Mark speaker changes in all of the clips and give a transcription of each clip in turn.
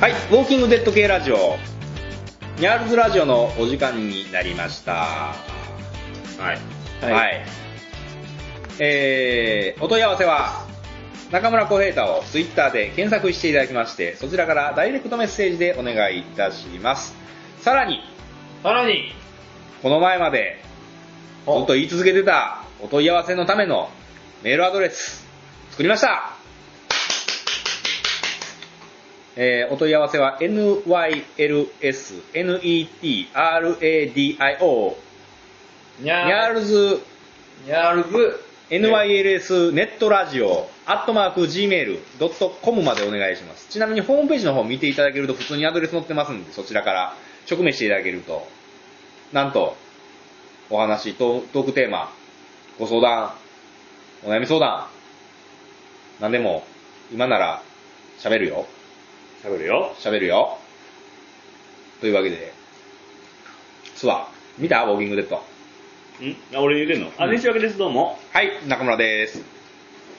Speaker 1: はい、ウォーキングデッド系ラジオ、ニャールズラジオのお時間になりました。はい。
Speaker 2: はい
Speaker 1: えー、お問い合わせは、中村浩平太をツイッターで検索していただきまして、そちらからダイレクトメッセージでお願いいたします。さらに、
Speaker 2: さらに、
Speaker 1: この前まで、ずっと言い続けてたお問い合わせのためのメールアドレス、作りましたえーお問い合わせは nylsnetradio
Speaker 2: にゃ
Speaker 1: ニャー
Speaker 2: ー
Speaker 1: ルズ
Speaker 2: にゃーるず、
Speaker 1: NYLS ネットラジオアットマーク Gmail.com までお願いします。ちなみにホームページの方見ていただけると普通にアドレス載ってますんで、そちらから直面していただけると、なんと、お話、トートークテーマ、ご相談、お悩み相談、なんでも、今なら喋るよ。
Speaker 2: 喋るよ。
Speaker 1: 喋るよ。というわけで、スワ、見たウォーキングデッド。
Speaker 3: んあ、俺言うてんのあ、
Speaker 1: うん
Speaker 3: 練習わけです、どうも。
Speaker 1: はい、中村です。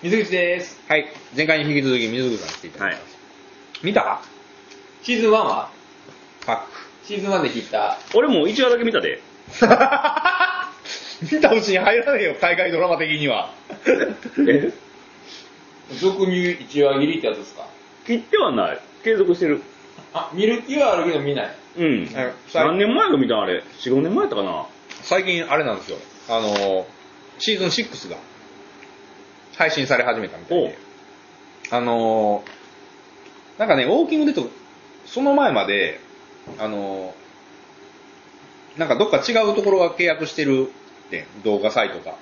Speaker 2: 水口です。
Speaker 1: はい、前回に引き続き水口さん来ていただきます。見た
Speaker 2: シーズン1は
Speaker 1: パ
Speaker 2: シーズン1で聞いた。
Speaker 3: 俺もう1話だけ見たで。
Speaker 1: ッ ク。見たうちに入らねえよ、海外ドラマ的には。
Speaker 3: え
Speaker 2: 俗に言う一話切りってやつですか
Speaker 3: 切ってはない。継続してる。
Speaker 2: あ、見る気はあるけど見ない。
Speaker 3: うん
Speaker 1: え。
Speaker 3: 何年前が見たんあれ。4、5年前やったかな。
Speaker 1: 最近あれなんですよ、あの、シーズン6が配信され始めたみたいで、あの、なんかね、ウォーキングデッド、その前まで、あの、なんかどっか違うところが契約してるって、動画サイトが。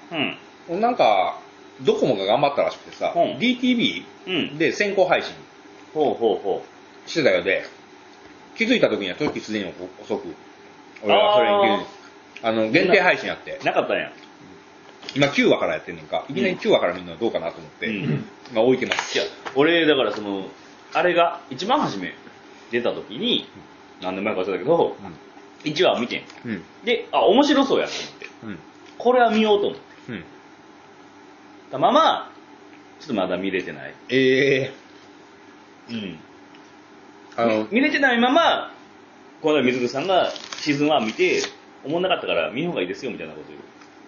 Speaker 3: うん。
Speaker 1: なんか、ドコモが頑張ったらしくてさ、
Speaker 3: うん
Speaker 1: DTV
Speaker 3: うん。
Speaker 1: で先行配信
Speaker 3: ほうほうほ
Speaker 1: してたようで、気づいた時には時すでに遅く、俺
Speaker 3: あー
Speaker 1: はそれに気づいあの、限定配信やって
Speaker 3: う。、なかったんや。
Speaker 1: 今9話からやってんねんか、いきなり9話から見るのはどうかなと思って、
Speaker 3: うん。
Speaker 1: 今置いてます。
Speaker 3: いや、俺、だからその、あれが一番初め出た時に、何年前か忘れたけど、1話見てん。
Speaker 1: うん。うん。
Speaker 3: で、あ、面白そうやと思って。
Speaker 1: うん。
Speaker 3: これは見ようと思って。
Speaker 1: うん。
Speaker 3: たまま、ちょっとまだ見れてない。
Speaker 1: ええ
Speaker 3: うん。
Speaker 1: あの、
Speaker 3: 見れてないまま、この間水口さんがシーズン1見て、思んなかったから見ん方がいいですよみたいなこと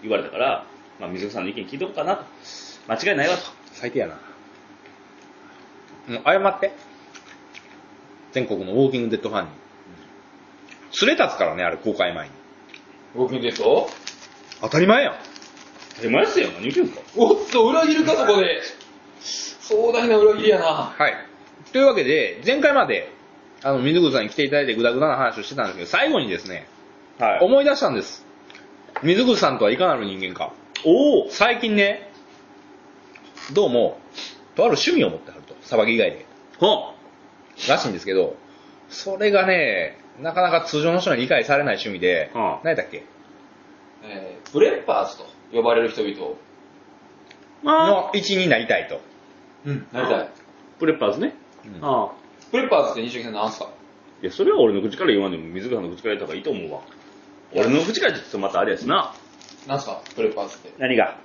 Speaker 3: 言われたから、まあ、水口さんの意見聞いとこうかなと。間違いないわと。
Speaker 1: 最低やな。もう謝って。全国のウォーキングデッドファンに。すれ立つからね、あれ公開前に。
Speaker 2: ウォーキングデッド
Speaker 1: 当たり前やん。
Speaker 3: 当たり前ですよ。何言ってんすか
Speaker 2: おっと、裏切るかそこで。壮大な裏切りやな。
Speaker 1: はい。というわけで、前回まで、あの、水口さんに来ていただいてグダグダな話をしてたんですけど、最後にですね、
Speaker 3: はい。
Speaker 1: 思い出したんです。水口さんとはいかなる人間か。
Speaker 3: おお
Speaker 1: 最近ね、どうも、とある趣味を持ってはると。騒ぎ以外で。
Speaker 3: ほ
Speaker 1: らしいんですけど、それがね、なかなか通常の人には理解されない趣味で、
Speaker 3: うん
Speaker 1: 何やったっけ
Speaker 2: えー、プレッパーズと呼ばれる人々を。
Speaker 3: んまあ、
Speaker 1: の一になりたいと。
Speaker 2: うん。なりたい。
Speaker 3: プレッパーズね。
Speaker 1: うん
Speaker 3: ああ。
Speaker 2: プレッパーズって西木さん何すか
Speaker 3: いや、それは俺の口から言わんでも水口さんの口から言った方がいいと思うわ。俺の口から言っとまたあれやしな。
Speaker 2: 何すかプレッパーズって。
Speaker 3: 何が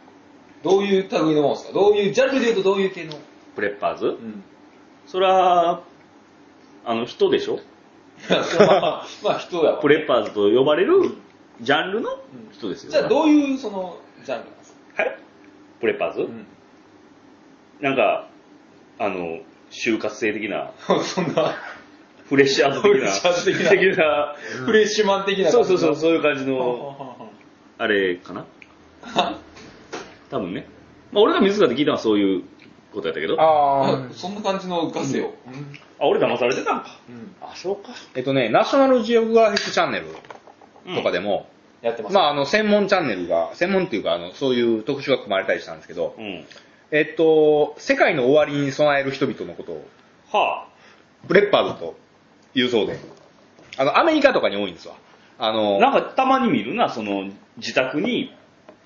Speaker 2: どういう類のもんですかどういう、ジャンルで言うとどういう系の
Speaker 3: プレッパーズ
Speaker 2: ん。
Speaker 3: そら、あの、人でしょ
Speaker 2: いやそれ はまあ、まあ人やわ
Speaker 3: プレッパーズと呼ばれるジャンルの人ですよ。
Speaker 2: じゃあどういうそのジャンルなんですか、
Speaker 3: はいプレッパーズ、なんか、あの、就活生的な、
Speaker 2: そん な、
Speaker 3: フレッシャーズ的な、
Speaker 2: フレッシャーズ的な フレッシュマン的な
Speaker 3: そうそうそう、
Speaker 2: う。
Speaker 3: そういう感じ
Speaker 2: ほんほん
Speaker 3: の、
Speaker 2: ほんほん
Speaker 3: あれかな多分ね。まあ、俺が水川で聞いたのはそういうことやったけど、あ、
Speaker 1: あ
Speaker 2: あそんな感じのガセを。うん
Speaker 3: 俺騙されてたのか。
Speaker 2: うん
Speaker 3: あ、そうか。
Speaker 1: えっとね、ナショナルジオグラフィックチャンネルとかでも、
Speaker 2: やってます。
Speaker 1: まああの、専門チャンネルが、専門っていうか、あの、そういう特集が組まれたりしたんですけど、
Speaker 3: うん。
Speaker 1: えっと、世界の終わりに備える人々のことを、
Speaker 3: は
Speaker 1: プレッパーズと言うそうで、あの、アメリカとかに多いんですわ。あ
Speaker 3: あ。
Speaker 1: の、
Speaker 3: なんかたまに見るな、その、自宅に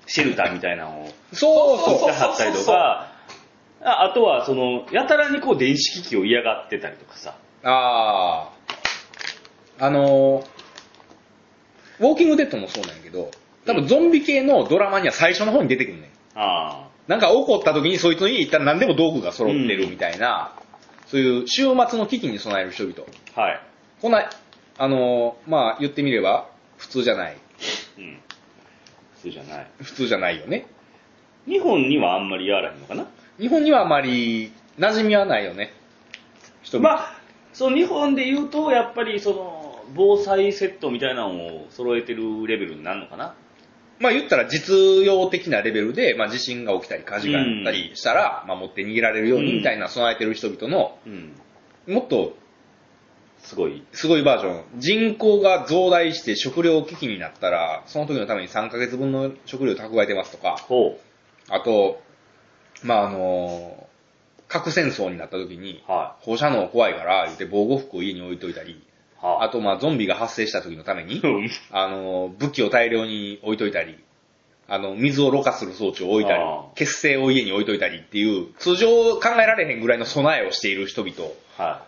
Speaker 3: シェルターみたいなのを
Speaker 1: そうそう
Speaker 3: 作ってはったりとか、ああとは、その、やたらにこう電子機器を嫌がってたりとかさ。
Speaker 1: ああ。あのー、ウォーキングデッドもそうなんやけど、多分ゾンビ系のドラマには最初の方に出てくるねん。
Speaker 3: ああ。
Speaker 1: なんか起こった時にそいつの家行ったら何でも道具が揃ってるみたいな、そういう週末の危機に備える人々。
Speaker 3: はい。
Speaker 1: こんな、あのーまあ、言ってみれば、普通じゃない。
Speaker 3: うん。普通じゃない。
Speaker 1: 普通じゃないよね。
Speaker 3: 日本にはあんまりやらへんのかな
Speaker 1: 日本にはあまり馴染みはないよね。人々。
Speaker 3: まあ、その日本で言うと、やっぱりその、防災セットみたいなのを揃えてるレベルになるのかな
Speaker 1: まあ言ったら実用的なレベルで、まあ地震が起きたり火事があったりしたら、まあ持って逃げられるようにみたいな備えてる人々の、
Speaker 3: うん。
Speaker 1: もっと
Speaker 3: すごい。
Speaker 1: すごいバージョン。人口が増大して食料危機になったら、その時のために3ヶ月分の食料蓄えてますとか、
Speaker 3: ほ
Speaker 1: あと、まああの、核戦争になった時に、
Speaker 3: う。は
Speaker 1: 放射能怖いから、言って防護服を家に置いといたり、
Speaker 3: い。は
Speaker 1: あとまあゾンビが発生した時のために
Speaker 3: う、ん
Speaker 1: あの、武器を大量に置いといたり、あの、水をろ過する装置を置いたり
Speaker 3: あー、
Speaker 1: 血清を家に置いといたりっていう、通常考えられへんぐらいの備えをしている人々
Speaker 3: は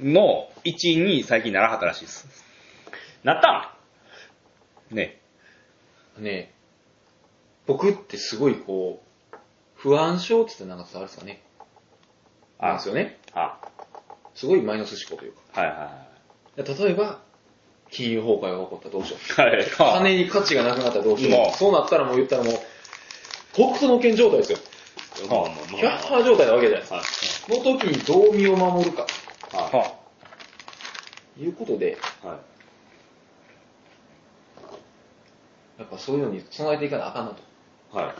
Speaker 1: の一員に最近ならはったらしいです。
Speaker 3: い。 なった
Speaker 1: ね。
Speaker 2: ね僕ってすごいこう、不安症って言ったらなんか伝わるんですかね。
Speaker 3: あ
Speaker 2: なんですよね。
Speaker 3: んあ、
Speaker 2: すごいマイナス思考というか。
Speaker 3: はいは
Speaker 2: 例えば、金融崩壊が起こったらどうしよう。
Speaker 3: いはい。はい。
Speaker 1: は
Speaker 2: 金に価値がなくなったらどうしよ
Speaker 1: まあ
Speaker 2: う。そうなったらもう言ったらもう、北斗の剣状態ですよ。
Speaker 3: まあまあまあ
Speaker 2: キャッハー状態なわけじゃないですか。
Speaker 3: はい。
Speaker 2: の時にどう身を守るか、
Speaker 1: あは
Speaker 2: いうことで、
Speaker 3: はい。
Speaker 2: やっぱそういうのに備えていかなあかんなと。
Speaker 3: はい。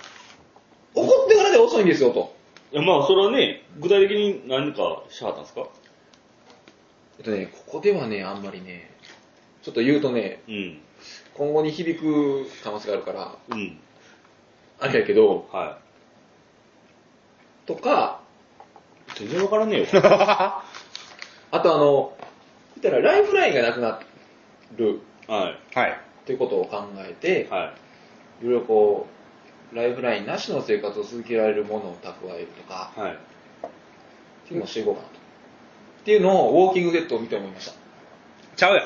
Speaker 2: 怒ってからで遅いんですよと。
Speaker 3: いや、まあ、それはね、具体的に何かしはったんですか
Speaker 2: えっとね、ここではね、あんまりね、ちょっと言うとね、
Speaker 3: うん。
Speaker 2: 今後に響く可能性があるから、
Speaker 3: うん。
Speaker 2: あれやけど、
Speaker 3: は
Speaker 2: とか、
Speaker 3: い。全然わからねえよ。
Speaker 1: あ。
Speaker 2: あとあの、言ったらライフラインがなくなる
Speaker 3: は
Speaker 1: はい。
Speaker 2: ということを考え
Speaker 3: い。
Speaker 2: て、
Speaker 3: はい
Speaker 2: ろいろこう、ライフラインなしの生活を続けられるものを蓄えるとか、
Speaker 3: い。はい。
Speaker 2: っていうのをしていこうかなと。っていうのを、ウォーキングデッドを見て思いました。
Speaker 1: ちゃうやん。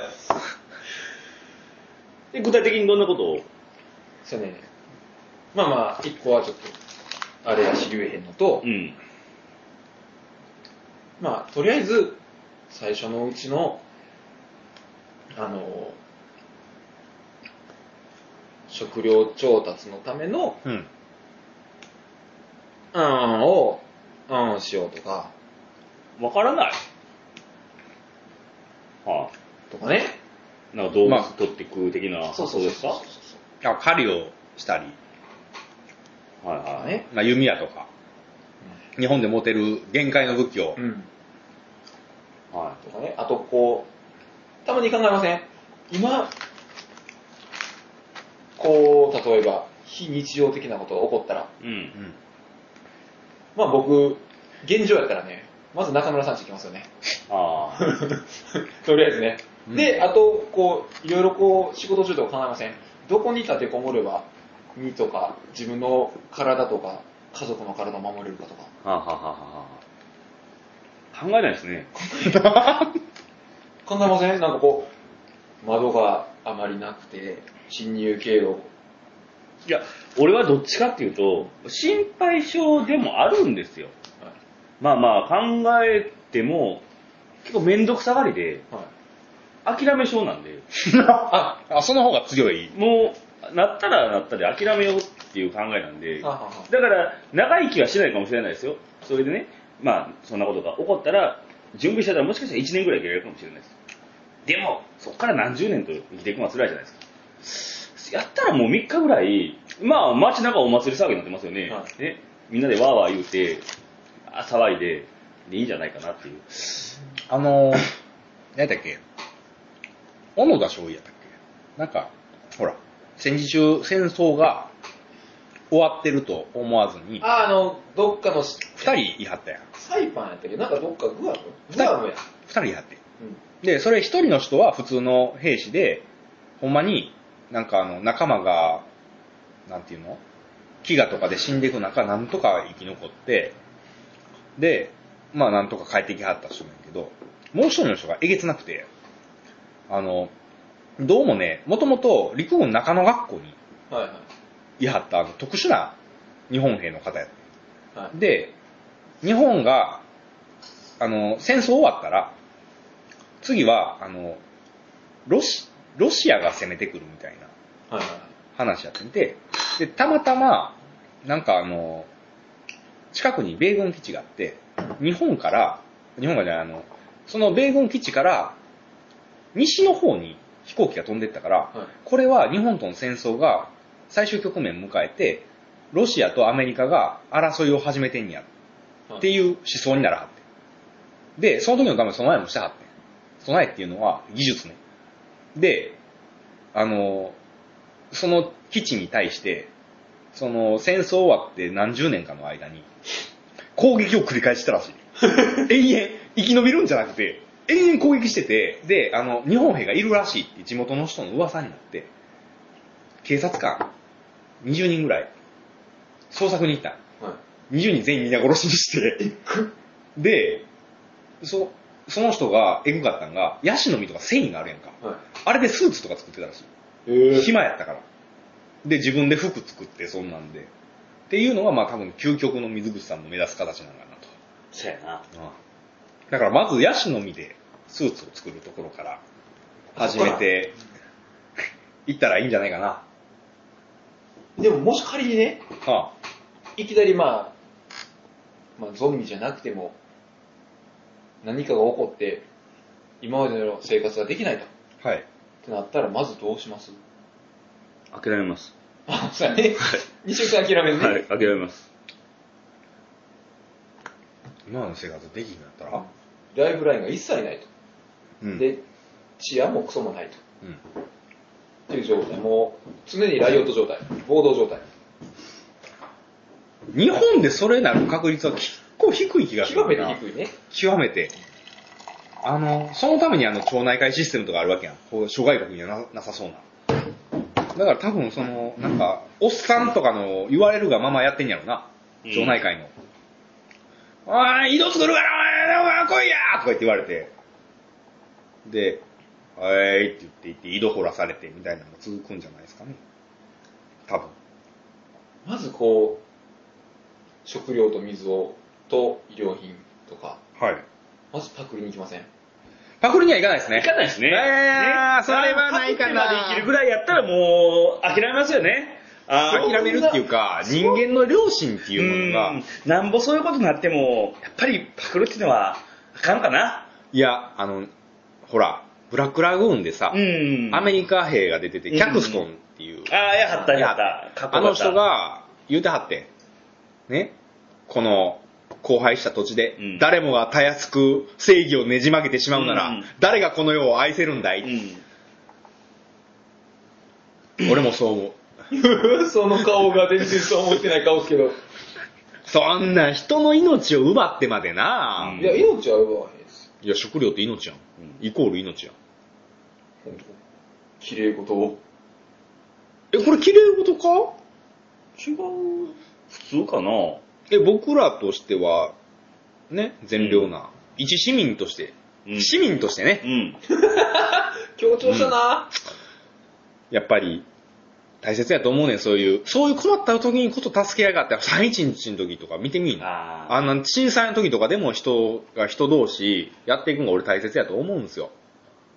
Speaker 3: で、具体的にどんなことを
Speaker 2: そうね。まあまあ、一個はちょっと、あれやし言えへんのと、
Speaker 3: ん。
Speaker 2: まあ、とりあえず、最初のうちの、あの、食料調達のための、
Speaker 1: うん。
Speaker 2: うん、を、うん、しようとか、
Speaker 3: わからない。は
Speaker 2: とかね。
Speaker 3: い。なんか動
Speaker 1: ま
Speaker 3: 物
Speaker 1: あ
Speaker 3: 取っていく的な発想ですかは
Speaker 1: あ狩りをしたり、
Speaker 3: い
Speaker 2: とか
Speaker 3: はい。
Speaker 2: ね。
Speaker 1: まあ、弓矢とか、日本で持てる限界の武器を
Speaker 2: う、ん。
Speaker 3: は
Speaker 2: とかね。あと、こう、たまに考えません今、こう、例えば、非日常的なことが起こったら、
Speaker 3: い。うん。
Speaker 1: うん
Speaker 2: まあ僕、現状やったらね、まず中村さんち行きますよね。
Speaker 3: ああ。
Speaker 2: とりあえずね。
Speaker 1: うん
Speaker 2: で、あと、こう、いろいろこう、仕事中とか考えません。どこに立てこもれば、身とか、自分の体とか、家族の体を守れるかとか。
Speaker 3: はあ、はあはあはあ、考えないですね。
Speaker 2: 考えませんなんかこう、窓があまりなくて、侵入経路。
Speaker 3: いや、俺はどっちかっていうと、心配性でもあるんですよ。
Speaker 2: は
Speaker 3: まあまあ、考えても、結構めんどくさがりで、
Speaker 2: い。はい、
Speaker 3: 諦め性なんで、
Speaker 2: あ、
Speaker 1: あ、その方が強い。
Speaker 3: もう、なったらなったで諦めようっていう考えなんで、
Speaker 2: はは
Speaker 3: だ
Speaker 2: は
Speaker 3: から、長生きはしないかもしれないですよ。それでね、まあ、そんなことが起こったら、準備してたらもしかしたら1年ぐらいいけるかもしれないです。でも、そこから何十年と生きていくのは辛いじゃないですか。やったらもう3日ぐらい、まあ、街中お祭り騒ぎになってますよね。
Speaker 2: は
Speaker 3: ねみんなでわーわー言うて、あ騒いで、でいいんじゃないかなっていう。
Speaker 1: あのー、何やったっけ小野田勝尉やったっけなんか、ほら、戦時中戦争が終わってると思わずに、
Speaker 2: あ、あの、どっかのし、
Speaker 1: 二人いはったやん。
Speaker 2: サイパンやったけど、なんかどっかグアム
Speaker 1: 二
Speaker 2: グ
Speaker 1: 人
Speaker 2: アムや。
Speaker 1: 二人いはって。
Speaker 2: うん。
Speaker 1: で、それ一人の人は普通の兵士で、ほんまに、なんかあの、仲間が、なんていうの飢餓とかで死んでいく中、なんとか生き残って、で、まあなんとか帰ってきはった人なんやけど、もう一人の人がえげつなくて、あの、どうもね、もともと陸軍中野学校に
Speaker 2: はいはい。
Speaker 1: いはったあの特殊な日本兵の方やった
Speaker 2: はい。
Speaker 1: で、日本があの、戦争終わったら、次は、あの、ロシ、ロシアが攻めてくるみたいな
Speaker 2: はいはい。
Speaker 1: 話やってて、で、たまたま、なんかあの、近くに米軍基地があって、日本から、日本がじゃない、あの、その米軍基地から、西の方に飛行機が飛んでったから、
Speaker 2: はい
Speaker 1: これは日本との戦争が最終局面を迎えて、ロシアとアメリカが争いを始めてんや
Speaker 2: はい。
Speaker 1: っていう思想にならはって。で、その時のために備えもしてはって。備えっていうのは技術ね。で、あの、その基地に対して、その戦争終わって何十年かの間に、攻撃を繰り返してたらしい。延々、生き延びるんじゃなくて、延々攻撃してて、で、あの、日本兵がいるらしいって地元の人の噂になって、警察官20人ぐらい、捜索に行った。
Speaker 2: はい。
Speaker 1: 20人全員皆殺しにして、で、そ、その人がエグかったんが、ヤシの実とか繊維があるやんか。
Speaker 2: はい。
Speaker 1: あれでスーツとか作ってたらしい。
Speaker 2: えー
Speaker 1: 暇やったから。で、自分で服作って、そんなんで。っていうのが、まあ多分究極の水口さんの目指す形なんだなと。
Speaker 3: そうやな。
Speaker 1: だからまずヤシの実でスーツを作るところから始めていったらいいんじゃないかな。
Speaker 2: でももし仮にね、
Speaker 1: あ
Speaker 2: いきなりまあ、まあゾンビじゃなくても、何かが起こって、今までの生活ができないと。っ
Speaker 1: あはい。
Speaker 2: てなったら、まずどうします
Speaker 3: 諦めます。
Speaker 2: あ、そうやね。二週間諦めるね。
Speaker 3: はい、諦めます。
Speaker 1: 今の生活できひんかったら
Speaker 2: ライブラインが一切ないと。
Speaker 1: うん。
Speaker 2: で、治安もクソもないと。
Speaker 1: うん。
Speaker 2: っていう状態。もう、常にライオット状態。暴動状態。
Speaker 1: 日本でそれなる確率は結構低い気がする
Speaker 2: 極
Speaker 1: な。
Speaker 2: めて低いね。
Speaker 1: 極めて。あの、そのためにあの、町内会システムとかあるわけやん。こう諸外国にはななさそうな。だから多分その、なんか、おっさんとかの言われるがままやってんやろな。
Speaker 3: うん
Speaker 1: 町内会の。おい、井戸作るから、お前、お前来いやとか言って言われて。で、はーいって言って言って、井戸掘らされてみたいなのが続くんじゃないですかね。多分。
Speaker 2: まずこう、食料と水を、と医療品とか、
Speaker 1: はい。
Speaker 2: まずパクリに行きません。
Speaker 1: パクリにはいかないですね。
Speaker 3: いかないですね。
Speaker 1: えー
Speaker 3: ね
Speaker 1: それはないかな
Speaker 3: あのパクってまで生きるぐらいやったらもう、諦めますよね。あー
Speaker 1: 諦めるっていうか、人間の良心っていうもの
Speaker 3: うん
Speaker 1: が、
Speaker 3: なんぼそういうことになっても、やっぱりパクるっていうのは、あかんかな。
Speaker 1: いや、あの、ほら、ブラックラグーンでさ、
Speaker 3: ん
Speaker 1: アメリカ兵が出てて、
Speaker 3: うん
Speaker 1: キャクストンっていう、
Speaker 3: ああ、やはった、やはった。かっこ
Speaker 1: あ
Speaker 3: よか
Speaker 1: の
Speaker 3: った
Speaker 1: 人、が言うてはって、ね、この、荒廃した土地で、
Speaker 3: うん
Speaker 1: 誰もがたやすく正義をねじ曲げてしまうなら、
Speaker 3: うん
Speaker 1: 誰がこの世を愛せるんだい、
Speaker 3: う
Speaker 1: 俺もそう思う。
Speaker 2: その顔が全然そう思ってない顔ですけど。
Speaker 1: そんな人の命を奪ってまでな、
Speaker 3: うん
Speaker 2: いや、命は奪わへんです。
Speaker 1: いや、食料って命やん。
Speaker 3: ん。
Speaker 1: イコール命やん。
Speaker 2: 本当。綺麗事を。
Speaker 1: え、これ綺麗事か
Speaker 3: 違う。普通かな
Speaker 1: で、僕らとしては、ね、善良な、一市民として、
Speaker 3: うん
Speaker 1: 市民としてね
Speaker 3: う、ん。
Speaker 2: 強調したな、
Speaker 1: やっぱり、大切やと思うねん、そういう。そういう困った時にこと助けやがって、311の時とか見てみいな。
Speaker 3: ああ。
Speaker 1: あんな震災の時とかでも人が人同士やっていくのが俺大切やと思うんですよ。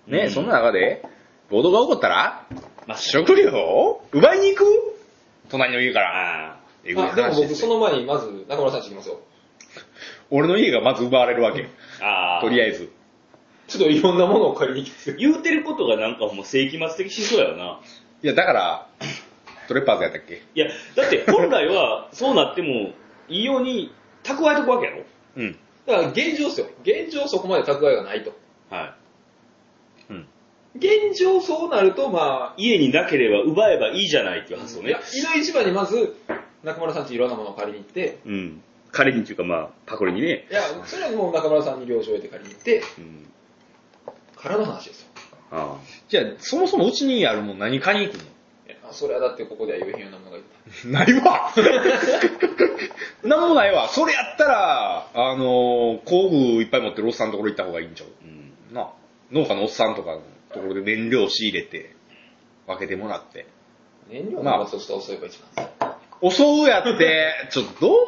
Speaker 1: ね、
Speaker 3: うん
Speaker 1: そんな中で、暴動が起こったら、
Speaker 3: まあ、
Speaker 1: 食料を奪いに行く隣の家から。
Speaker 3: あ
Speaker 1: えぐい
Speaker 2: あ、でも
Speaker 1: 話で
Speaker 2: 僕
Speaker 1: す
Speaker 2: そ
Speaker 1: よ
Speaker 2: の前にまず中村さんち行きますよ。
Speaker 1: 俺の家がまず奪われるわけ。
Speaker 3: あ。ああ。
Speaker 1: とり
Speaker 3: あ
Speaker 1: あ
Speaker 3: え
Speaker 1: えず。
Speaker 2: ちょっといろんなものを借りに行きますよ
Speaker 3: ず。。言うてることがなんかもう世紀末的思想やよな。
Speaker 1: いや、だ から、トレッパーズやったっけ
Speaker 3: いや、だって本来は そうなってもいいように蓄えとくわけやろ
Speaker 1: うん。
Speaker 2: だから現状ですよ。現状そこまで蓄えがないと。
Speaker 3: は
Speaker 1: うん。
Speaker 2: 現状そうなると、まあ、
Speaker 3: い。家になければ奪えばいいじゃないっていう発想
Speaker 2: いや
Speaker 3: ね。、
Speaker 2: 井戸一番にまず、中村さんちいろんなものを借りに行って、
Speaker 3: うん。彼にっていうかまあ、パコリにね。
Speaker 2: いや、それはもう中村さんに了承を得て借りに行って、
Speaker 3: うん。
Speaker 2: からの話ですよ。
Speaker 3: ああ。
Speaker 1: じゃあ、そもそもうちにあるもん何買いに行く
Speaker 2: いやそれはだってここでは言えへんようなものがいっぱい
Speaker 1: のないわ なんもないわ。それやったら、あのー工具いっぱい持ってるおっさんのところ行った方がいいんちゃう
Speaker 3: うん。
Speaker 1: なあ農家のおっさんとかのところで燃料を仕入れて、分けてもらって。
Speaker 2: 燃料のバスをしたら遅いば一番ですね。
Speaker 1: 襲うやって、ちょっとどう思う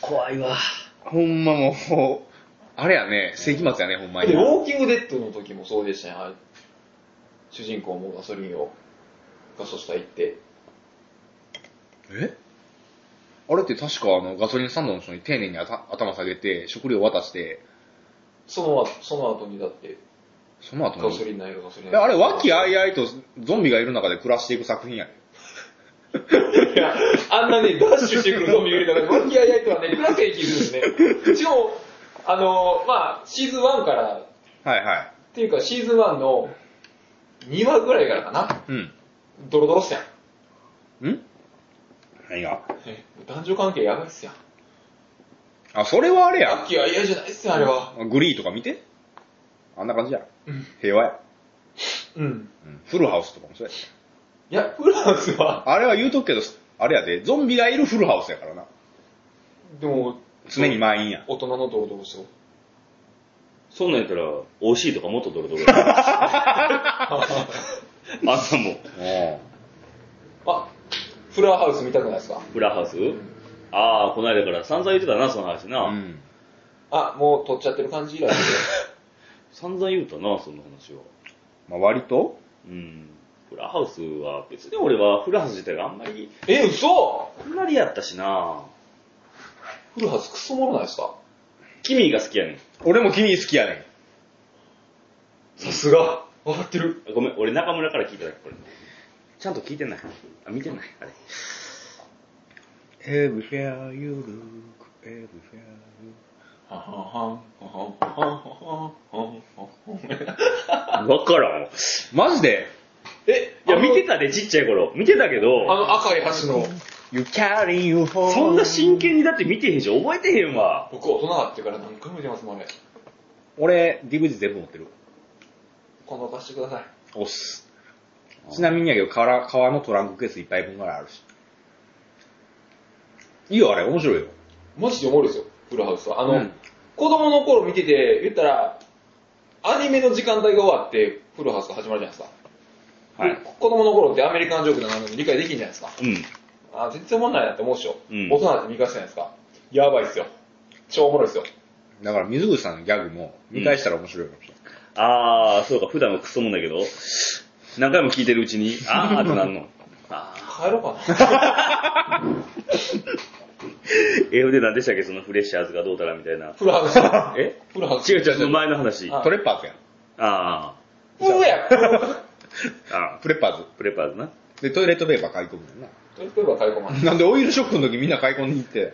Speaker 3: 怖いわ。
Speaker 1: ほんまもう、あれやね、世紀末やね、ほんまに。
Speaker 2: で、ウォーキングデッドの時もそうでしたね、あれ主人公もガソリンをガソスタ行って。
Speaker 1: えあれって確かあのガソリンスタンドの人に丁寧にあた頭下げて、食料渡して、
Speaker 2: その後、その後にだって、
Speaker 1: その後
Speaker 2: ガソ
Speaker 1: に。
Speaker 2: リンないよ、ガソリン
Speaker 1: え
Speaker 2: ないよ
Speaker 1: あれ、和気あいあいとゾンビがいる中で暮らしていく作品やね。
Speaker 2: いや、あんなね、ダッシュしてくるゾンビがいるから、和気あいあいとはね、暮らせ生きるんですね。しかも、あのまあ、シーズン1から、っ
Speaker 1: はいはい。
Speaker 2: ていうかシーズン1の2話ぐらいからかな、
Speaker 1: う
Speaker 2: ドロドロっすやん。
Speaker 1: ん。ん何が
Speaker 2: え男女関係やばいっすやん。
Speaker 1: あ、それはあれ
Speaker 2: 和
Speaker 1: や。
Speaker 2: 気あいあいじゃないっすよ、あれは。
Speaker 1: グリーとか見てあんな感じや。
Speaker 2: うん。
Speaker 1: 平和や。
Speaker 2: うん。
Speaker 1: うんフルハウスとかもそうや。
Speaker 2: いや、フランスは、
Speaker 1: あれは言うとくけど、あれやで、ゾンビがいるフルハウスやからな。
Speaker 2: でも、
Speaker 1: 常に満員や。
Speaker 2: 大人の堂々そう。
Speaker 3: そんなんやったら、OC とかもっとドロ ドロや。あんたも、
Speaker 1: うん
Speaker 2: あ、フラーハウス見たくないですか
Speaker 3: フラハウスああ、この間から散々言ってたな、その話な。
Speaker 1: うん。
Speaker 2: あ、もう撮っちゃってる感じ以来で。
Speaker 3: 散々言うたな、その話は。
Speaker 1: まあ割と
Speaker 3: うん。フラハウスは、別に俺はフラハウス自体があんまり、
Speaker 2: え、嘘
Speaker 3: あんまりやったしな。
Speaker 2: フルハウスクソもろないですか
Speaker 3: 君が好きやねん。
Speaker 1: 俺も君好きやねん。
Speaker 2: さすが。わかってる。
Speaker 3: ごめん、俺中村から聞いただけ、これ。ちゃんと聞いてない。あ、見てない。あれ。
Speaker 1: Everywhere you look, everywhere you
Speaker 3: わからん。
Speaker 1: マジで
Speaker 2: え、
Speaker 3: いや、見てたで、ちっちゃい頃。見てたけ
Speaker 2: あ
Speaker 3: ど、
Speaker 2: の赤い橋の、
Speaker 1: ?You carry you home.
Speaker 3: そんな真剣にだって見てへんし、覚えてへんわ。
Speaker 2: 僕大人になってから何回も見てますもん、あれ。
Speaker 1: 俺、DVD 全部持ってる。
Speaker 2: 今度渡してください。
Speaker 1: おっす。ちなみにやけど、革革のトランクケースいっぱい分ぐらいあるし。いいよ、あれ、面白いよ。
Speaker 2: マジでおもろいですよ、フルハウスは。あの、
Speaker 1: うん
Speaker 2: 子供の頃見てて、言ったら、アニメの時間帯が終わって、フルハウスが始まるじゃないですか。
Speaker 3: はい
Speaker 2: で。子供の頃ってアメリカンジョークなのに理解できんじゃないですか。
Speaker 3: うん。
Speaker 2: あー全然おもんないなって思うでしょ。
Speaker 3: うん
Speaker 2: 大人だって見返してないですか。やばいっすよ。超おもろいっすよ。
Speaker 1: だから、水口さんのギャグも、見返したら面白いかもしれない。
Speaker 3: あー、そうか、普段はクソもんだけど、何回も聞いてるうちに、あーってなんの。あ
Speaker 2: 帰ろうか な。
Speaker 3: ー。英語で何でしたっけ、そのフレッシャーズがどうたらみたいな。
Speaker 2: フルハウス。
Speaker 3: え
Speaker 2: フルハウス。
Speaker 3: 違う違う、その前の話。
Speaker 2: あ
Speaker 3: あ
Speaker 1: トレッパーズやん。
Speaker 3: あ
Speaker 2: うや。
Speaker 3: ー、あ
Speaker 1: プレッパーズ。
Speaker 3: ー、プレパーズな。
Speaker 1: で、トイレットペーパー買い込むんだよ
Speaker 2: トイレットペーパー買い込まな い。
Speaker 1: な。なんでオイルショックの時みんな買い込んに行って、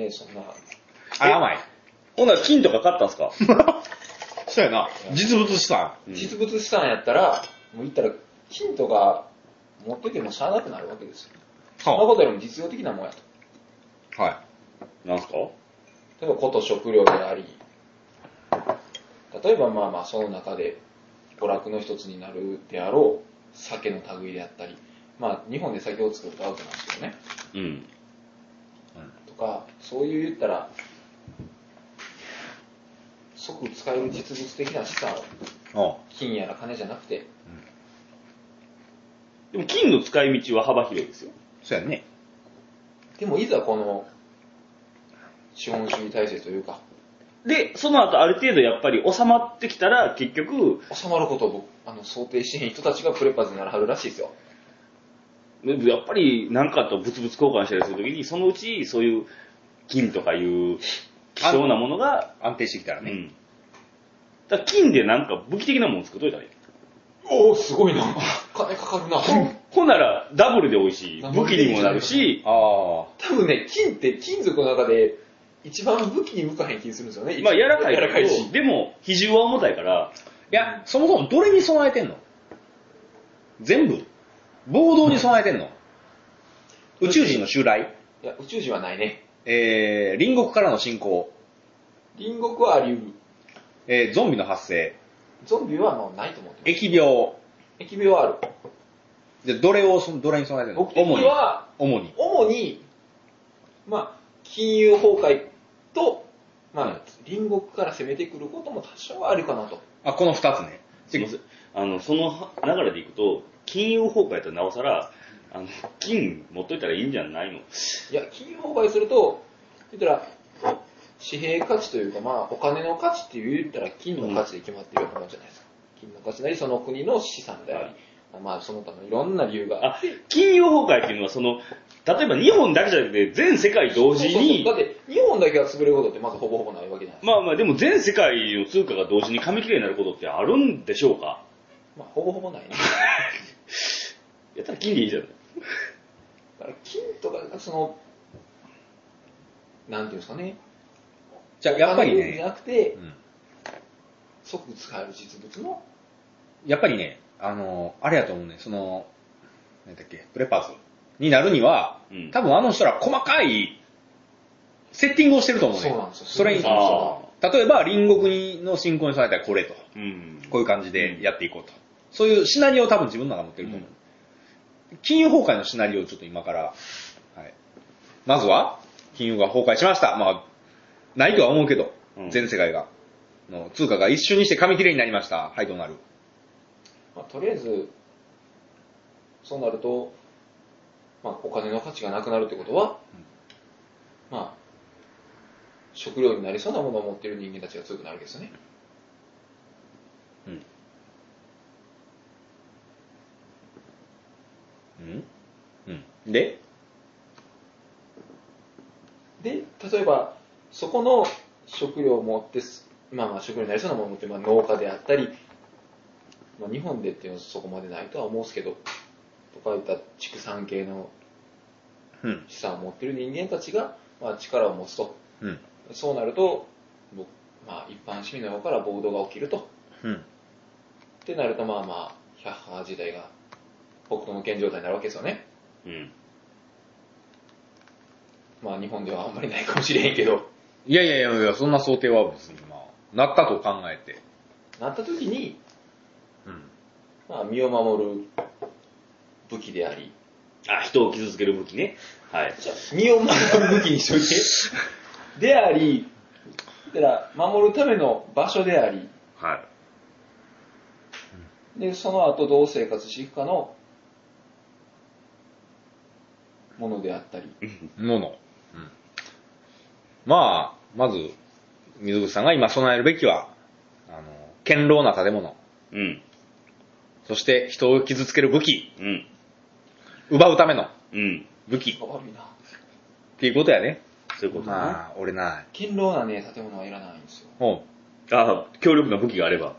Speaker 2: ねそんな。
Speaker 1: あれ甘い。
Speaker 3: ほんなら金とか買ったんすか
Speaker 1: そうやな。実物資産。
Speaker 3: うん
Speaker 2: 実物資産やったら、もう言ったら、金とか持っといてもしゃあなくなるわけですよ。そんな
Speaker 1: は
Speaker 2: ことよりも実用的なもんやと。
Speaker 1: あ、は
Speaker 3: なんすか
Speaker 2: 例えば、こと食料であり、例えばまあまあ、その中で、娯楽の一つになるであろう、酒の類であったり、まあ、日本で酒を作るとアウトなんですけどね。
Speaker 3: うん。
Speaker 2: とか、そういう言ったら、即使える実物的な資産を、
Speaker 1: い。うん。
Speaker 2: 金やら金じゃなくて、
Speaker 3: でも金の使い道は幅広いですよ。
Speaker 1: そうやね。
Speaker 2: でもいざこの、資本主義体制というか、
Speaker 3: で、その後ある程度やっぱり収まってきたら、結局、
Speaker 2: 収まることを僕あの想定してへん人たちがプレッパーズにならはるらしいですよ。
Speaker 3: やっぱり何かと物々交換したりするときに、そのうちそういう金とかいう希少なものが、
Speaker 1: 安定してきたら
Speaker 3: う
Speaker 1: ね。
Speaker 3: ん。だから金でなんか武器的なもの作っといたらいい。
Speaker 2: おお、すごいな。 金かかるな。
Speaker 3: ほんなら、ダブルで美味しい。
Speaker 2: ダブ
Speaker 3: 武器
Speaker 2: ルで
Speaker 3: にもなるし、
Speaker 1: あ
Speaker 2: 多分ね、金って金属の中で一番武器に向かへん気するんですよね。
Speaker 3: まあ柔らかい
Speaker 2: 柔らかい
Speaker 3: け
Speaker 2: し
Speaker 3: ど、。でも、比重は重たいから、
Speaker 1: あ。いや、そもそもどれに備えてんの全部暴動に備えてんの、宇宙人の襲来
Speaker 2: いや、宇宙人はないね。
Speaker 1: えー、隣国からの侵攻
Speaker 2: 隣国はあり得る。
Speaker 1: えー、ゾンビの発生
Speaker 2: ゾンビはもうないと思ってる。
Speaker 1: 疫病
Speaker 2: 疫病はある。
Speaker 1: でどれをそのどれに備えてんの
Speaker 2: 僕的には、
Speaker 1: 主に。
Speaker 2: 主に、まあ、金融崩壊と、まあ、隣国から攻めてくることも多少はあるかなと。
Speaker 1: あ、この二つね。
Speaker 3: すいませんあの、その流れでいくと、金融崩壊となおさら、あの、金持っといたらいいんじゃないの
Speaker 2: いや、金融崩壊すると、言ったら、紙幣価値というか、まあ、お金の価値って言ったら金の価値で決まってるようなもんじゃないですか。金の価値なり、その国の資産であり、まあ、その他のいろんな理由があ
Speaker 3: あ、金融崩壊っていうのは、その、例えば日本だけじゃなくて、全世界同時に
Speaker 2: そうそうそうだ、って、日本だけが潰れることってまずほぼほぼないわけじゃないですか。
Speaker 3: まあまあ、でも全世界の通貨が同時に紙切れになることってあるんでしょうか
Speaker 2: まあ、ほぼほぼないね。
Speaker 3: やったら金でいいじゃない。
Speaker 2: だから金とか、その、なんていうんですかね。
Speaker 1: じゃあ、やっぱり
Speaker 2: お金じゃ
Speaker 1: ね、
Speaker 2: なくて、
Speaker 1: うん
Speaker 2: 即使える実物の、
Speaker 1: やっぱりね、あの、あれやと思うね、その、なんだっけ、プレパーズになるには、
Speaker 3: うん
Speaker 1: 多分あの人ら細かいセッティングをしてると思うね。
Speaker 2: そうなんですよ
Speaker 1: それに、
Speaker 2: そうなんです
Speaker 3: よ
Speaker 1: 例えば隣国の侵攻に備えたらこれと。
Speaker 3: うん。
Speaker 1: こういう感じでやっていこうと。そういうシナリオを多分自分の中に持ってると思う。金融崩壊のシナリオをちょっと今から、はい。まずは、金融が崩壊しました。まあ、ないとは思うけど、
Speaker 3: うん
Speaker 1: 全世界が。の通貨が一瞬にして紙切れになりました。はい、どうなる
Speaker 2: まあ、とりあえず、そうなると、まあ、お金の価値がなくなるってことは、まあ、食料になりそうなものを持っている人間たちが強くなるわけですよね。
Speaker 1: うん。うんうん。で
Speaker 2: で、例えば、そこの食料を持ってす、まあまあ食料になりそうなものを持って、まあ農家であったり、まあ日本でっていうのはそこまでないとは思うんですけど、とかいった畜産系の
Speaker 1: うん。
Speaker 2: 資産を持ってる人間たちが、まあ力を持つと。
Speaker 1: うん。
Speaker 2: そうなると、僕まあ一般市民の方から暴動が起きると。
Speaker 1: うん。
Speaker 2: ってなると、まあまあ、百花時代が北斗の剣状態になるわけですよね。
Speaker 3: うん。
Speaker 2: まあ日本ではあんまりないかもしれへんけど。
Speaker 1: いやいやいやいや、そんな想定は別に、まあ、なったと考えて。
Speaker 2: なった時に、
Speaker 1: うん。
Speaker 2: まあ身を守る武器であり、
Speaker 3: あ、人を傷つける武器ね。はい。
Speaker 2: じゃあ身を守る武器にしといて。であり、だから、守るための場所であり、
Speaker 3: はい。
Speaker 2: で、その後どう生活していくかの、ものであったり。
Speaker 1: もの。うん。まあ、まず、水口さんが今備えるべきは、あの、堅牢な建物。
Speaker 3: うん。
Speaker 1: そして、人を傷つける武器。
Speaker 3: うん。
Speaker 1: 奪うための
Speaker 3: うん。
Speaker 1: 武器。
Speaker 2: 悪いな。
Speaker 1: っていうことやね。
Speaker 3: そういうことね。あ
Speaker 1: まあ、俺な。
Speaker 2: 堅牢なね、建物はいらないんですよ。
Speaker 1: ほ
Speaker 3: あ、強力な武器があれば。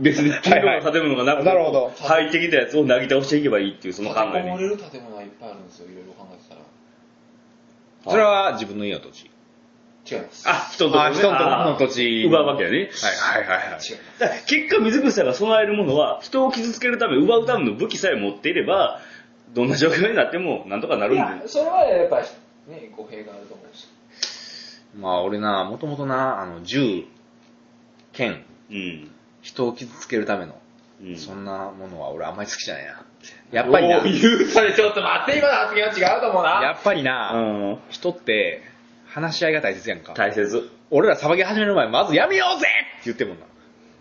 Speaker 3: 別に金の建物が なくて
Speaker 1: はいはいなるほど
Speaker 3: も、入ってきたやつをなぎ倒していけばいいっていう、その
Speaker 2: 立
Speaker 3: 考
Speaker 2: て
Speaker 3: え
Speaker 2: こも
Speaker 3: ね。
Speaker 2: れる建物はいっぱいあるんですよ、いろいろ考えてたら。
Speaker 1: う。それは自分の家の土地。
Speaker 2: 違います。
Speaker 3: あ、人のとこ
Speaker 1: あ
Speaker 3: ね
Speaker 1: 人のとこの土地
Speaker 3: あ奪うわけやね。
Speaker 1: はいはいはいはい。
Speaker 2: 違います。
Speaker 3: だから結果、水口さんが備えるものは、人を傷つけるため、奪うための武器さえ持っていれば、どんな状況になっても、なんとかなる
Speaker 2: い
Speaker 3: ん
Speaker 2: や、
Speaker 3: で。
Speaker 2: それはやっぱり、ね、語弊があると思うし。
Speaker 1: まあ、俺な、もともとな、あの、銃、剣、
Speaker 3: うん。
Speaker 1: 人を傷つけるための、
Speaker 3: うん。
Speaker 1: そんなものは俺あんまり好きじゃないな。やっぱりな
Speaker 2: お。ー言うそれちょっと待って、今の発言は違うと思うな。
Speaker 1: やっぱりな、
Speaker 3: うん。
Speaker 1: 人って、話し合いが大切やんか。
Speaker 3: 大切。
Speaker 1: 俺ら騒ぎ始める前、まずやめようぜって言ってんもんな。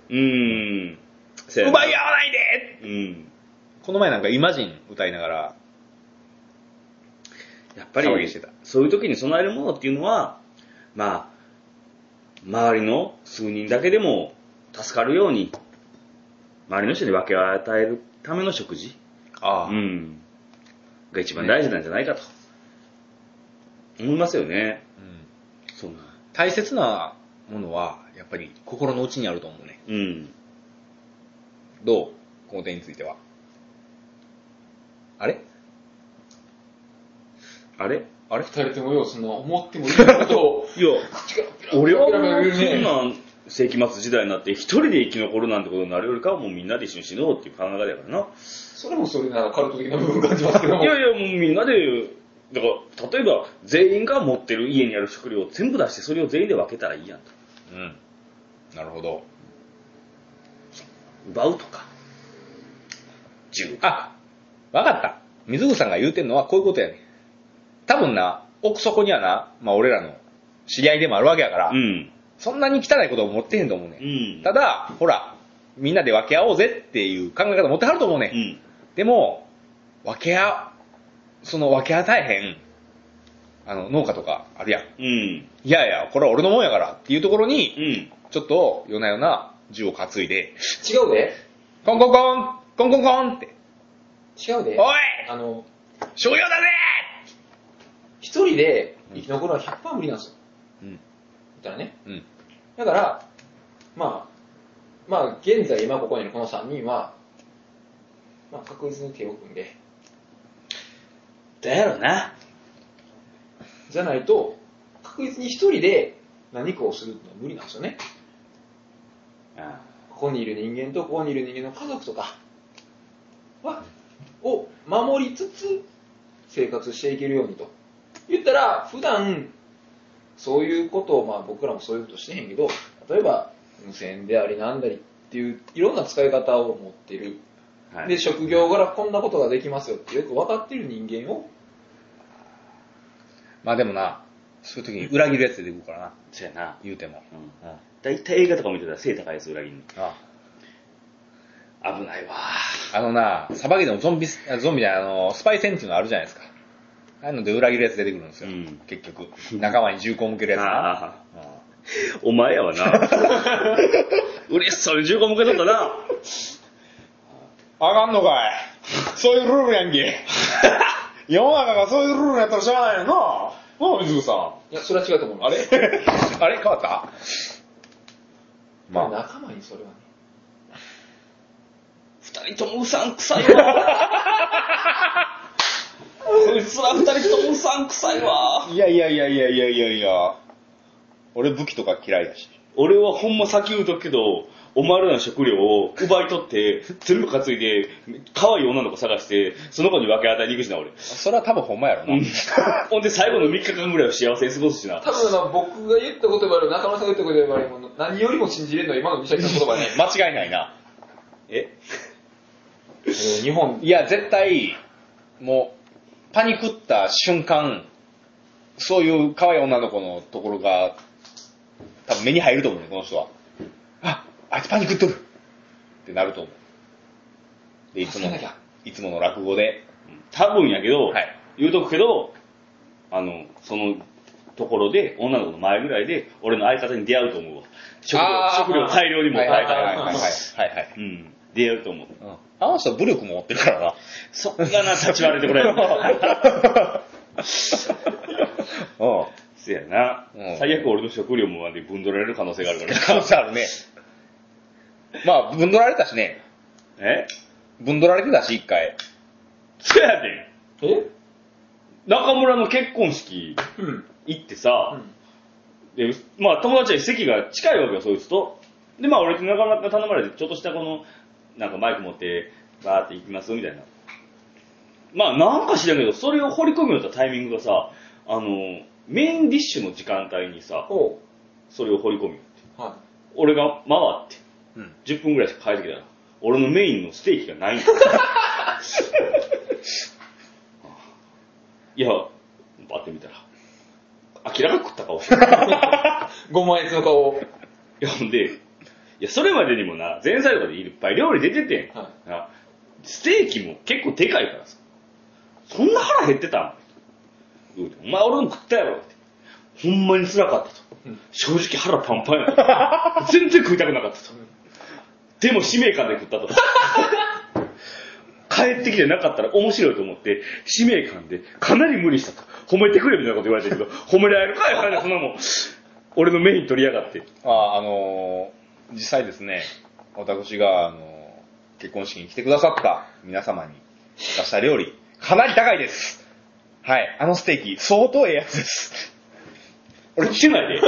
Speaker 3: うん。せやな
Speaker 1: 奪い合わないで
Speaker 3: うん。
Speaker 1: この前なんかイマジン歌いながら、
Speaker 3: やっぱ
Speaker 1: 騒ぎ
Speaker 3: り
Speaker 1: してた、
Speaker 3: そういう時に備えるものっていうのは、まあ、周りの数人だけでも助かるように、周りの人に分け与えるための食事、
Speaker 1: ああ、
Speaker 3: うん、が一番大事なんじゃないかと、思いますよね。
Speaker 1: うん
Speaker 3: そんな。
Speaker 1: 大切なものは、やっぱり心の内にあると思うね。
Speaker 3: うん。
Speaker 1: どうこの点については。あれ
Speaker 3: あれ
Speaker 1: あれ
Speaker 2: 二人ともよう、そんな思ってもいいことを。
Speaker 3: いや、 俺は
Speaker 2: ペラペラ
Speaker 3: もう
Speaker 2: 言う
Speaker 3: そん
Speaker 2: ね
Speaker 3: なん世紀末時代になって一人で生き残るなんてことになるよりかはもうみんなで一緒に死のうっていう考え方やからな。
Speaker 2: それもそれならカルト的な部分感じますけども。
Speaker 3: いやいや、もうみんなで、だから、例えば、全員が持ってる家にある食料を全部出して、それを全員で分けたらいいやんと。
Speaker 1: うん。なるほど。
Speaker 3: 奪うとか、銃あ、
Speaker 1: あ、わかった。水口さんが言うてんのはこういうことやね。多分な、奥底にはな、まあ俺らの知り合いでもあるわけやから、
Speaker 3: うん。
Speaker 1: そんなに汚いことを持ってへんと思うね。
Speaker 3: うん。
Speaker 1: ただ、ほら、みんなで分け合おうぜっていう考え方持ってはると思うね。
Speaker 3: うん。
Speaker 1: でも、分け合う、その分け与えへんあの、農家とか、あるやん。
Speaker 3: うん。
Speaker 1: いやいや、これは俺のもんやからっていうところ
Speaker 3: う
Speaker 1: に、
Speaker 3: ん。
Speaker 1: ちょっと、夜な夜な銃を担いで、
Speaker 2: 違うで
Speaker 1: コンコンコンコンコンコンって、
Speaker 2: 違うで
Speaker 1: おい
Speaker 2: あの、
Speaker 1: 商用だぜ
Speaker 2: 一人で生き残るのは100%無理なんですよ。
Speaker 1: うん。
Speaker 2: 言ったらね。
Speaker 1: うん。
Speaker 2: だから、まあ、まあ、現在今ここにいるこの3人は、まあ、確実に手を組んで、
Speaker 3: だやろな。
Speaker 2: じゃないと、確実に一人で何かをするってのは無理なんですよね。
Speaker 3: あ
Speaker 2: ここにいる人間とここにいる人間の家族とかは、を守りつつ生活していけるようにと。言ったら、普段、そういうことを、まあ僕らもそういうことしてへんけど、例えば、無線でありなんだりっていう、いろんな使い方を持ってる。
Speaker 3: あはい。
Speaker 2: で、職業柄こんなことができますよってよく分かってる人間を、
Speaker 1: まあでもな、そういう時に裏切るやつ出てくるからな、
Speaker 3: そうやな。
Speaker 1: 言うても。
Speaker 3: うん。
Speaker 1: うん。あ
Speaker 3: 大体映画とか見てたら背高いやつ裏切る。
Speaker 1: あ
Speaker 3: 危ないわ。
Speaker 1: あのな、サバゲーでもゾンビ、あゾンビじゃない、あの、スパイ戦っていうのあるじゃないですか。ああいうので裏切るやつ出てくるんですよ。
Speaker 3: うん
Speaker 1: 結局。仲間に銃口向けるやつな。
Speaker 3: ああ。
Speaker 1: うん
Speaker 3: お前やわな。嬉しそうに15向けとったな。
Speaker 1: あかんのかい。そういうルールやんけ。 世の中がそういうルールやったらしゃあないよな。なあ、水口さん。
Speaker 2: いや、それは違うと思いま
Speaker 1: あ
Speaker 2: す。
Speaker 1: れ あれ変わったまあ、
Speaker 2: 仲間にそれはね。
Speaker 3: 二人ともうさんくさいわ。こいつら二人ともうさんくさいわ。
Speaker 1: いやいやいやいやいやいやいや。俺武器とか嫌いやし。
Speaker 3: 俺はほんま先言うとくけど、お前らの食料を奪い取って、全部担いで、可愛い女の子探して、その子に分け与えに行くしな、俺。
Speaker 1: それは多分ほんまやろな。
Speaker 3: うん ほんで最後の3日間ぐらいは幸せに過ごすしな。
Speaker 2: 多分な、僕が言った言葉より、中村さんが言った言葉よりも、何よりも信じれるのは今の三崎さんの言葉ね。
Speaker 1: 間違いないな。
Speaker 3: え
Speaker 2: 日本
Speaker 1: いや、絶対、もう、パニクった瞬間、そういう可愛い女の子のところが、多分目に入ると思うね、この人は。あ、あいつパニクっとるってなると思う。で、いつも
Speaker 2: 助けなきゃ、
Speaker 1: いつもの落語で、
Speaker 3: 多分やけど、
Speaker 1: はい
Speaker 3: 言うとくけど、あの、そのところで、女の子の前ぐらいで、俺の相方に出会うと思うわ。食
Speaker 1: あー
Speaker 3: 料、食料大量にも
Speaker 1: はい
Speaker 3: ら
Speaker 1: はい
Speaker 3: え
Speaker 1: は
Speaker 3: た
Speaker 1: いはい
Speaker 3: ら。
Speaker 1: はいはいはい。
Speaker 3: うん。出会うと思う。
Speaker 1: うんあの人は武力も持ってるからな。
Speaker 3: そこがな、立ち割れてこ れ。
Speaker 1: うん。
Speaker 3: せやな
Speaker 1: うん。
Speaker 3: 最悪俺の食料もまでぶんどられる可能性があるから
Speaker 1: 可能性あるね。まあ、ぶんどられたしね。
Speaker 3: な。え
Speaker 1: ぶんどられてたし、一回。
Speaker 3: そやでん。
Speaker 2: え
Speaker 3: 中村の結婚式
Speaker 2: うん。
Speaker 3: 行ってさ、で、まあ友達は席が近いわけよ、そいつと。で、まあ俺と仲間が頼まれて、ちょっとしたこの、なんかマイク持って、バーって行きますみたいな。まあなんか知らんけど、それを掘り込むようなタイミングがさ、あの、メインディッシュの時間帯にさ、
Speaker 2: ほ
Speaker 3: それを掘り込むよって。
Speaker 2: う。は
Speaker 3: 俺が回って、
Speaker 1: うん。
Speaker 3: 10分ぐらいしか帰ってきたら、俺のメインのステーキ がないんだいや、バって見たら、明らかに食った顔 してる。
Speaker 2: い。5万円の顔を。
Speaker 3: いや、ほんで、いや、それまでにもな、前菜とかでいっぱい料理出ててん、
Speaker 2: は
Speaker 3: なステーキも結構でかいからさ。そんな腹減ってたん言うてお前俺の食ったやろって。ほんまに辛かったと。
Speaker 2: うん
Speaker 3: 正直腹パンパンやった と。全然食いたくなかったと。でも使命感で食 ったと。帰ってきてなかったら面白いと思って、使命感でかなり無理したと。褒めてくれみたいなこと言われてるけど、褒められるかいはい、そんなもん。俺のメイン取りやがって。
Speaker 1: まあ、あのー実際ですね、私が、あのー結婚式に来てくださった皆様に出した料理、かなり高いです。はい。あのステーキ、相当ええやつです。
Speaker 3: 俺来てないで。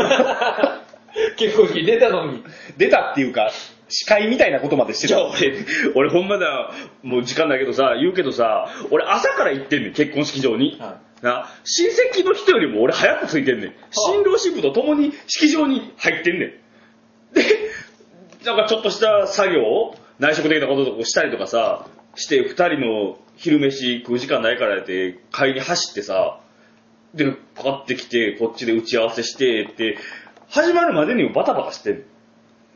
Speaker 2: 結婚式出たのに。
Speaker 1: 出たっていうか、司会みたいなことまでして
Speaker 3: じゃあ
Speaker 1: た。
Speaker 3: 俺、俺ほんまだ、もう時間だけどさ、言うけどさ、俺朝から行ってんねん、結婚式場に。
Speaker 2: は
Speaker 3: な、親戚の人よりも俺早く着いてんねん。新郎新婦と共に式場に入ってんねん。で、なんかちょっとした作業内職的なこととかしたりとかさ、して二人の昼飯食う時間ないからやって、買いに走ってさ、で、買ってきて、こっちで打ち合わせして、って、始まるまでにもバタバタしてんの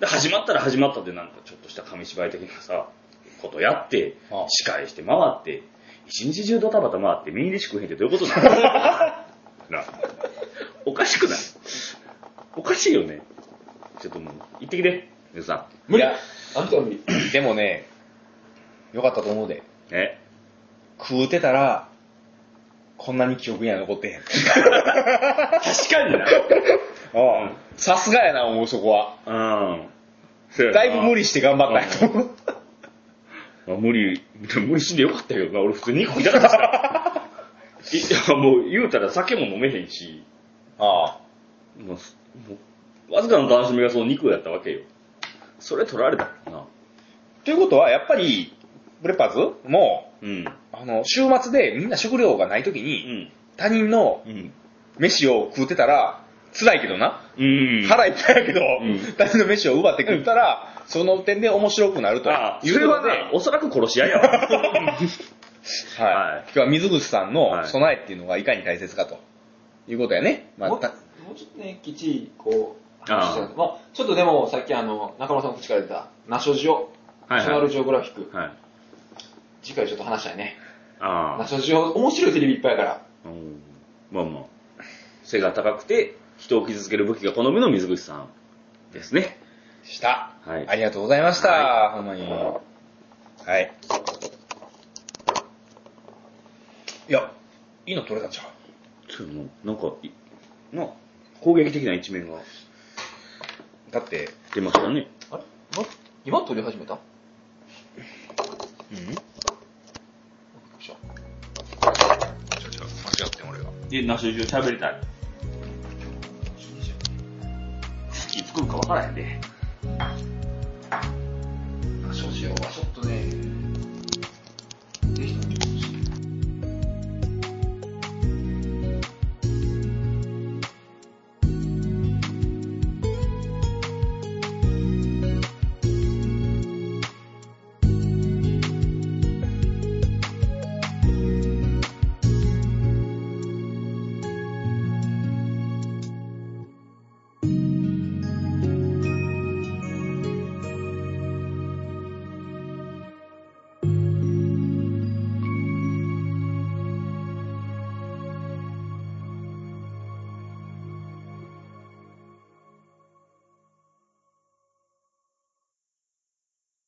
Speaker 3: で、始まったら始まったでなんかちょっとした紙芝居的なさ、ことやって
Speaker 1: ああ、
Speaker 3: 司会して回って、一日中ドタバタ回って、ミニでしくへんってどういうことなのな。おかしくないおかしいよね。ちょっともう、行ってきて、ゆうさ
Speaker 2: 無理
Speaker 1: い
Speaker 2: あ
Speaker 1: や
Speaker 2: んたは無理。
Speaker 1: でもね、よかったと思うで。
Speaker 3: ん。え
Speaker 1: 食うてたら、こんなに記憶には残ってへん。
Speaker 3: 確か にな。
Speaker 1: うんさすがやな、思う、そこは。
Speaker 3: うん。そうやな
Speaker 1: だいぶ無理して頑張ったんやと思う。
Speaker 3: あ無理、 無理しんでよかったけどな、俺普通に肉食いたかった から。いや、もう言うたら酒も飲めへんし、
Speaker 1: あ
Speaker 3: もう、もうわずかの楽しみがその肉やったわけよ。それ取られたからな。
Speaker 1: あ。ということは、やっぱり、ブレッパーズも
Speaker 3: うん。
Speaker 1: う、あの、週末でみんな食料がないとき
Speaker 3: う
Speaker 1: に、
Speaker 3: ん。
Speaker 1: 他人の
Speaker 3: うん。
Speaker 1: 飯を食うてたら、辛いけどな。
Speaker 3: うん。
Speaker 1: 腹いっぱいやけど、
Speaker 3: ん
Speaker 1: 他人の飯を奪って食ったら、その点で面白くなると。
Speaker 3: ああ、
Speaker 1: い
Speaker 3: そ
Speaker 1: こ
Speaker 3: うれは
Speaker 1: とで
Speaker 3: ね、おそらく殺し合いや わ。
Speaker 1: はい。
Speaker 3: はい
Speaker 1: 今日は水口さんの
Speaker 3: はい
Speaker 1: 備えっていうのがいかに大切かということやね。まあ
Speaker 2: もう
Speaker 1: た
Speaker 2: もうちょっとね、きっちり、こう、
Speaker 3: あー
Speaker 2: 話してたまあ、ちょっとでも、さっきあの、中村さんの口から出た、ナショジオ、
Speaker 3: はいはい
Speaker 2: ナショナルジオグラフィック、
Speaker 3: はい。
Speaker 2: 次回ちょっと話したいね。ナ
Speaker 3: あ
Speaker 2: ショジオ、面白いテレビいっぱいやから。
Speaker 3: あ。うんまあまあ。背が高くて、人を傷つける武器が好みの水口さんですね。
Speaker 1: した。
Speaker 3: はい
Speaker 1: ありがとうございました。
Speaker 3: は
Speaker 1: ほんまに。はい。いや、いいの取れたんちゃう
Speaker 3: そうやななんか、いな、攻撃的な一面が
Speaker 1: だって、
Speaker 3: 出ましたね。
Speaker 2: あれ今、今撮り始めたびっ
Speaker 1: うん
Speaker 2: くりした
Speaker 1: 違う違う、間違ってん俺が。
Speaker 3: で、ナショジオ喋りたい。いつ来るか分からへんで。